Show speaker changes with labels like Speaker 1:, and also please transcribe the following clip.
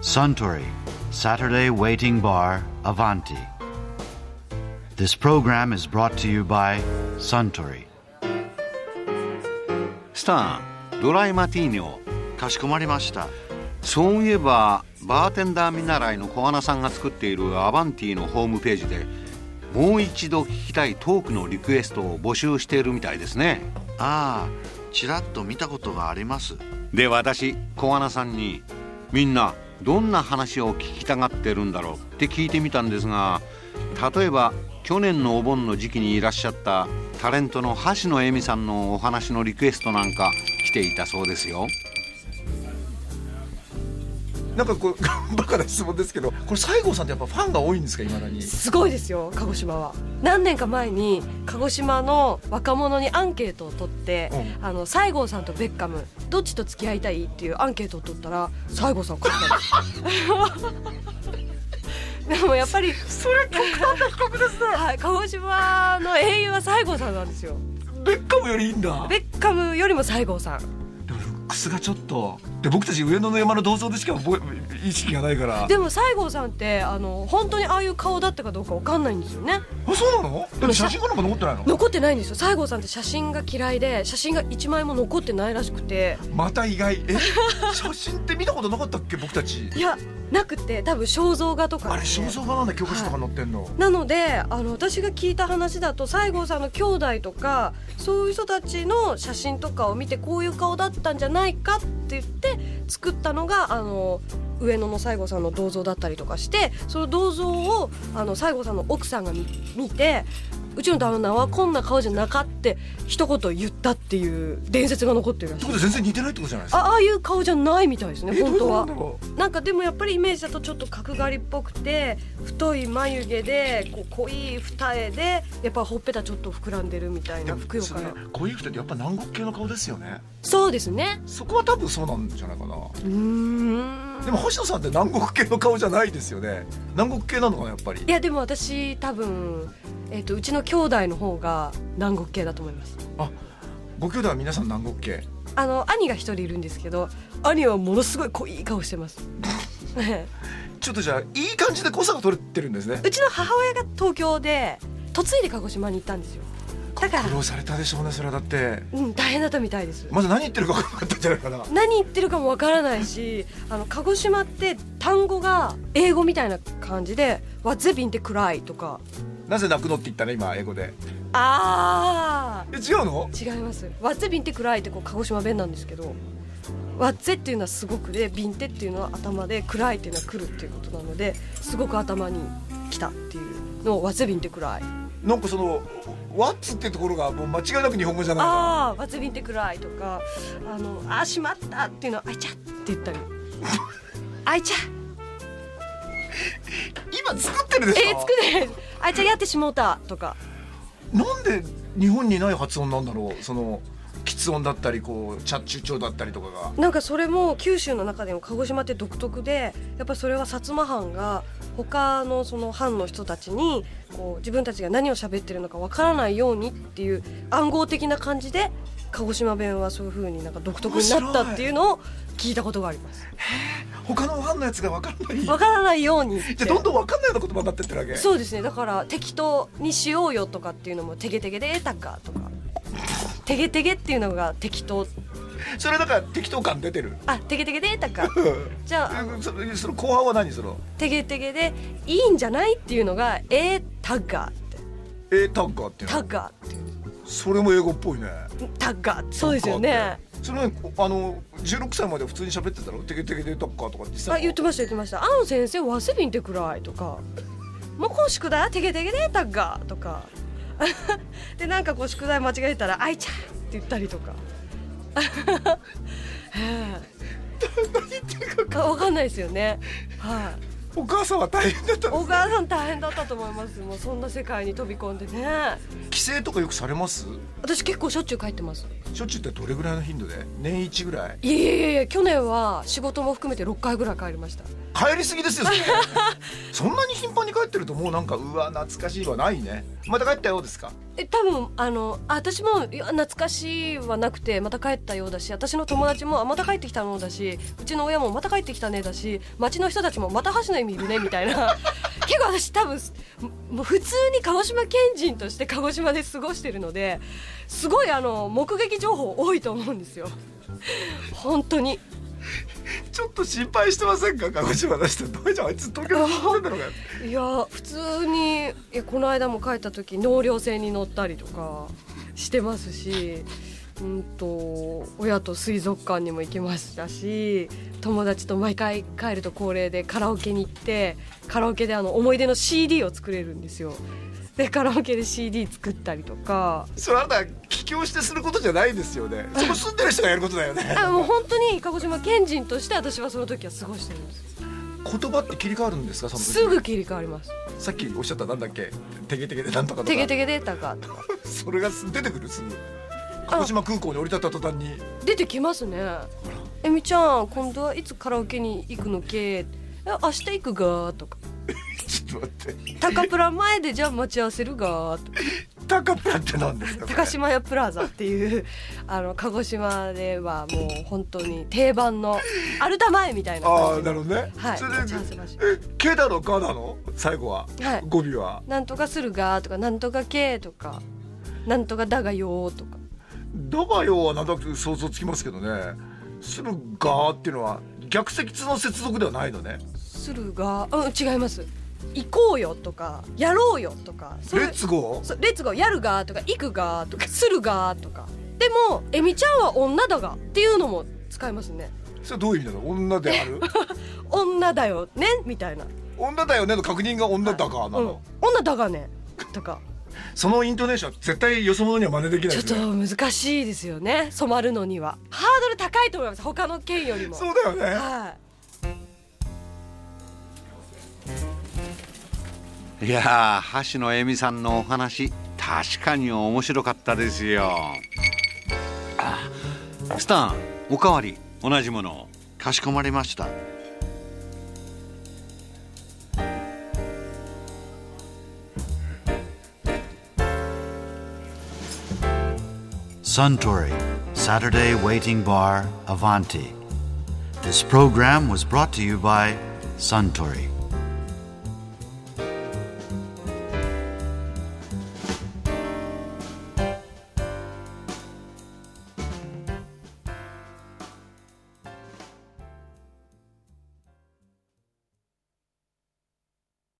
Speaker 1: Suntory Saturday Waiting Bar Avanti. This program is brought to you by Suntory.
Speaker 2: スタンドライマティーニを
Speaker 1: かしこまりました。
Speaker 2: そういえばバーテンダー見習いの小花さんが作っているアバンティのホームページでもう一度聞きたいトークのリクエストを募集しているみたいですね
Speaker 1: ああ、ちらっと見たことがあります。
Speaker 2: で私小花さんにみんなどんな話を聞きたがってるんだろうって聞いてみたんですが例えば去年のお盆の時期にいらっしゃったタレントの橋野恵美さんのお話のリクエストなんか来ていたそうですよ
Speaker 3: なんかこうバカな質問ですけど、これ西郷さんってやっぱファンが多いんですか未だに。
Speaker 4: すごいですよ鹿児島は何年か前に鹿児島の若者にアンケートを取って、
Speaker 3: う
Speaker 4: あの西郷さんとベッカムどっちと付き合いたいっていうアンケートを取ったら西郷さん勝ったんです でもやっぱりそれ極端な比較ですねはい鹿児島の英雄は西郷さんなんですよ
Speaker 3: ベッカムよりいいんだ。
Speaker 4: ベッカムよりも西郷さん
Speaker 3: でもルックスがちょっと、で僕たち上野の山の銅像でしか覚え意識がないから。
Speaker 4: でも西郷さんってあの本当にああいう顔だったかどうかわかんないんですよね
Speaker 3: あそうなの？でも写真がなんか残ってないの？
Speaker 4: 残ってないんですよ西郷さんって写真が嫌いで写真が一枚も残ってないらしくて
Speaker 3: また意 外。え、写真って見たことなかったっけ僕たち
Speaker 4: い。やなくて多分肖像画とか、
Speaker 3: あれ肖像画なんだ教科書とか載ってんの。
Speaker 4: なのであの私が聞いた話だと西郷さんの兄弟とかそういう人たちの写真とかを見てこういう顔だったんじゃないかって言って作ったのがあの上野の西郷さんの銅像だったりとかしてその銅像をあの西郷さんの奥さんが見見てうちの旦那はこんな顔じゃなかって一言言ったっていう伝説が残ってるら
Speaker 3: っ
Speaker 4: してい
Speaker 3: ことは全然似てないってことじゃないですか。
Speaker 4: あああいう顔じゃないみたいですね
Speaker 3: え
Speaker 4: 本当は
Speaker 3: どうなんだろ
Speaker 4: なんかでもやっぱりイメージだとちょっと角刈りっぽくて太い眉毛でこう濃い二重でやっぱほっぺたちょっと膨らんでるみたいう
Speaker 3: で
Speaker 4: な
Speaker 3: も
Speaker 4: ふくよか
Speaker 3: そ
Speaker 4: な
Speaker 3: れこういう人ってやっぱ南国系の顔ですよね。
Speaker 4: そうですね
Speaker 3: そこは多分そうなんじゃないかな。
Speaker 4: うーん
Speaker 3: でも星野さんって南国系の顔じゃないですよね。南国系なのかなやっぱり
Speaker 4: い。やでも私多分、えっとうちの兄弟の方が南国系だと思います
Speaker 3: あ、ご兄弟は皆さん南国系。
Speaker 4: あの兄が一人いるんですけど兄はものすごい濃い顔してます ね
Speaker 3: ちょっとじゃあいい感じで濃さが取れてるんですね
Speaker 4: うちの母親が東京で嫁いで鹿児島に行ったんですよだから
Speaker 3: 苦労されたでしょうねそれはだって
Speaker 4: うん大変だったみたいです
Speaker 3: まず何言ってるか分かんなかったんじゃないかな
Speaker 4: 何言ってるかもわからないしあの鹿児島って単語が英語みたいな感じで「わゼビンで暗い」とか
Speaker 3: なぜ泣くのって言ったね今英語で
Speaker 4: 「あ
Speaker 3: え違うの
Speaker 4: ー違います「わゼビンって暗い」ってこう鹿児島弁なんですけど「わゼ」っていうのはすごくで「ビンテ」っていうのは頭で「暗い」っていうのは来るっていうことなのですごく頭に来たっていうのを「わゼビンって暗い」
Speaker 3: なんかその「ワッツ」ってところがもう間違いなく日本語じゃ
Speaker 4: 「
Speaker 3: ないか
Speaker 4: あーわゼビンって暗い」とか「あのあーしまった」っていうのは「あいちゃ」って言 ったり「あいちゃ」
Speaker 3: 今作ってるでしょ、
Speaker 4: えー、作れないあいちゃやってしもうたとか
Speaker 3: なんで日本にない発音なんだろうその喫音だったりこうチャッチュ調だったりとかが
Speaker 4: なんかそれも九州の中でも鹿児島って独特でやっぱそれは薩摩藩が他のその藩の人たちにこう自分たちが何を喋ってるのかわからないようにっていう暗号的な感じで鹿児島弁はそういう風になんか独特になったっていうのを聞いたことがあります
Speaker 3: 他のファンのやつが分かんないじ
Speaker 4: わからないようにっ
Speaker 3: ゃ
Speaker 4: て
Speaker 3: あどんどん分かんないような言葉になってってるわけ
Speaker 4: そうですねだから適当にしようよとかっていうのも「てげてげでえたか」とか「てげてげ」っていうのが適当
Speaker 3: それだから適当感出てる
Speaker 4: 「あてげてげでえたか」
Speaker 3: うん
Speaker 4: じゃああ の
Speaker 3: そのその後半は何その
Speaker 4: テゲテゲでいいんじゃないっていうのがえー、タッガーって
Speaker 3: えー、タッカーっていう
Speaker 4: タ
Speaker 3: の
Speaker 4: ッガ
Speaker 3: それも英語っぽいね
Speaker 4: ータッガーそうですよね
Speaker 3: それはあの16歳まで普通に喋ってたろ「テケテケでタッカー」とかって言ってたの
Speaker 4: あ言ってました言ってました「あの先生ワセリンでくらい」とか「もうこう宿題テゲテゲでタッガー」とか でなんかこう宿題間違えたら「あいちゃん」って言ったりとか ええわかんないですよねはい、
Speaker 3: お母さんは大変だったの
Speaker 4: お母さん大変だったと思いますもうそんな世界に飛び込んでね
Speaker 3: 帰省とかよくされます
Speaker 4: 私結構しょっちゅう帰ってます
Speaker 3: しょっちゅうってどれぐらいの頻度で年一ぐらい
Speaker 4: いやいやいやいや去年は仕事も含めて6回ぐらい帰りました
Speaker 3: 帰りすぎです よそれそんなに頻繁に帰ってるともうなんかうわ懐かしいはないねまた帰ったようですか
Speaker 4: え多分あのあ私もいや懐かしいはなくてまた帰ったようだし私の友達もあまた帰ってきたのだしうちの親もまた帰ってきたねだし町の人たちもまた箸の意味いるねみたいな 結構私多分もう普通に鹿児島県人として鹿児島で過ごしてるのですごいあの目撃情報多いと思うんですよ本当に
Speaker 3: ちょっと心配してませんか鹿児島の人どうじゃあいつ 東京の人なんだろうか
Speaker 4: いや普通にいやこの間も帰った時納涼船に乗ったりとかしてますしうんと親と水族館にも行きましたし友達と毎回帰ると恒例でカラオケに行ってカラオケであの思い出の CD を作れるんですよ。でカラオケで CD 作ったりとか
Speaker 3: それあなた帰郷してすることじゃないですよねそこ住んでる人がやることだよ ね
Speaker 4: あもう本当に鹿児島県人として私はその時は過ごしてるんです
Speaker 3: 言葉って切り替わるんですかその時
Speaker 4: すぐ切り替わります
Speaker 3: さっきおっしゃったなんだっけテゲテゲでなんとかとか
Speaker 4: テゲテゲデータかとか
Speaker 3: それが出てくるすぐ鹿児島空港に降り立った途端に
Speaker 4: 出てきますね「えみちゃん今度はいつカラオケに行くのけ?」「え明日行くが」とか
Speaker 3: ちょっと待って
Speaker 4: 「タカプラ前でじゃあ待ち合わせるが」とか
Speaker 3: タカプラって何ですかこれ
Speaker 4: 高島屋プラザっていう あの鹿児島ではもう本当に定番のアルタ前みたいな
Speaker 3: あ
Speaker 4: 感
Speaker 3: あ
Speaker 4: じ
Speaker 3: なるほどね、
Speaker 4: はい
Speaker 3: それ
Speaker 4: 待ち合わせ場所
Speaker 3: で「け」だの「か」だの最後は、
Speaker 4: はい
Speaker 3: 語尾は
Speaker 4: なんとかするが」とか「なんとかけ」とか「なんとかだがよ」とか
Speaker 3: 「だがよ」はなんとなく想像つきますけどね「するが」っていうのは逆接の接続ではないのね
Speaker 4: 「するが」うん違います「行こうよ」とか「やろうよ」とか
Speaker 3: 「
Speaker 4: そ
Speaker 3: レ
Speaker 4: れ
Speaker 3: ッツゴー
Speaker 4: そうレッツゴーやるがとか行くがとかするがとかでもえみちゃんは女だがっていうのも使いますね」
Speaker 3: それどういう意味なの女であ る
Speaker 4: 女だよねみたいな
Speaker 3: 女だよねの確認が女だがなの、
Speaker 4: うん、女だがねとか
Speaker 3: そのイントネーションは絶対よそ者には真似できない
Speaker 4: ちょ
Speaker 3: で
Speaker 4: っ
Speaker 3: す
Speaker 4: と
Speaker 3: ね
Speaker 4: 難しいですよね染まるのにはハードル高いと思います他の県よりも
Speaker 3: そうだよね、
Speaker 4: はい
Speaker 2: いやー橋野恵美さんのお話確かに面白かったですよあスタンおかわり同じものを
Speaker 1: かしこまりました「Suntory Saturday Waiting Bar Avanti」This program was brought to you by Suntory.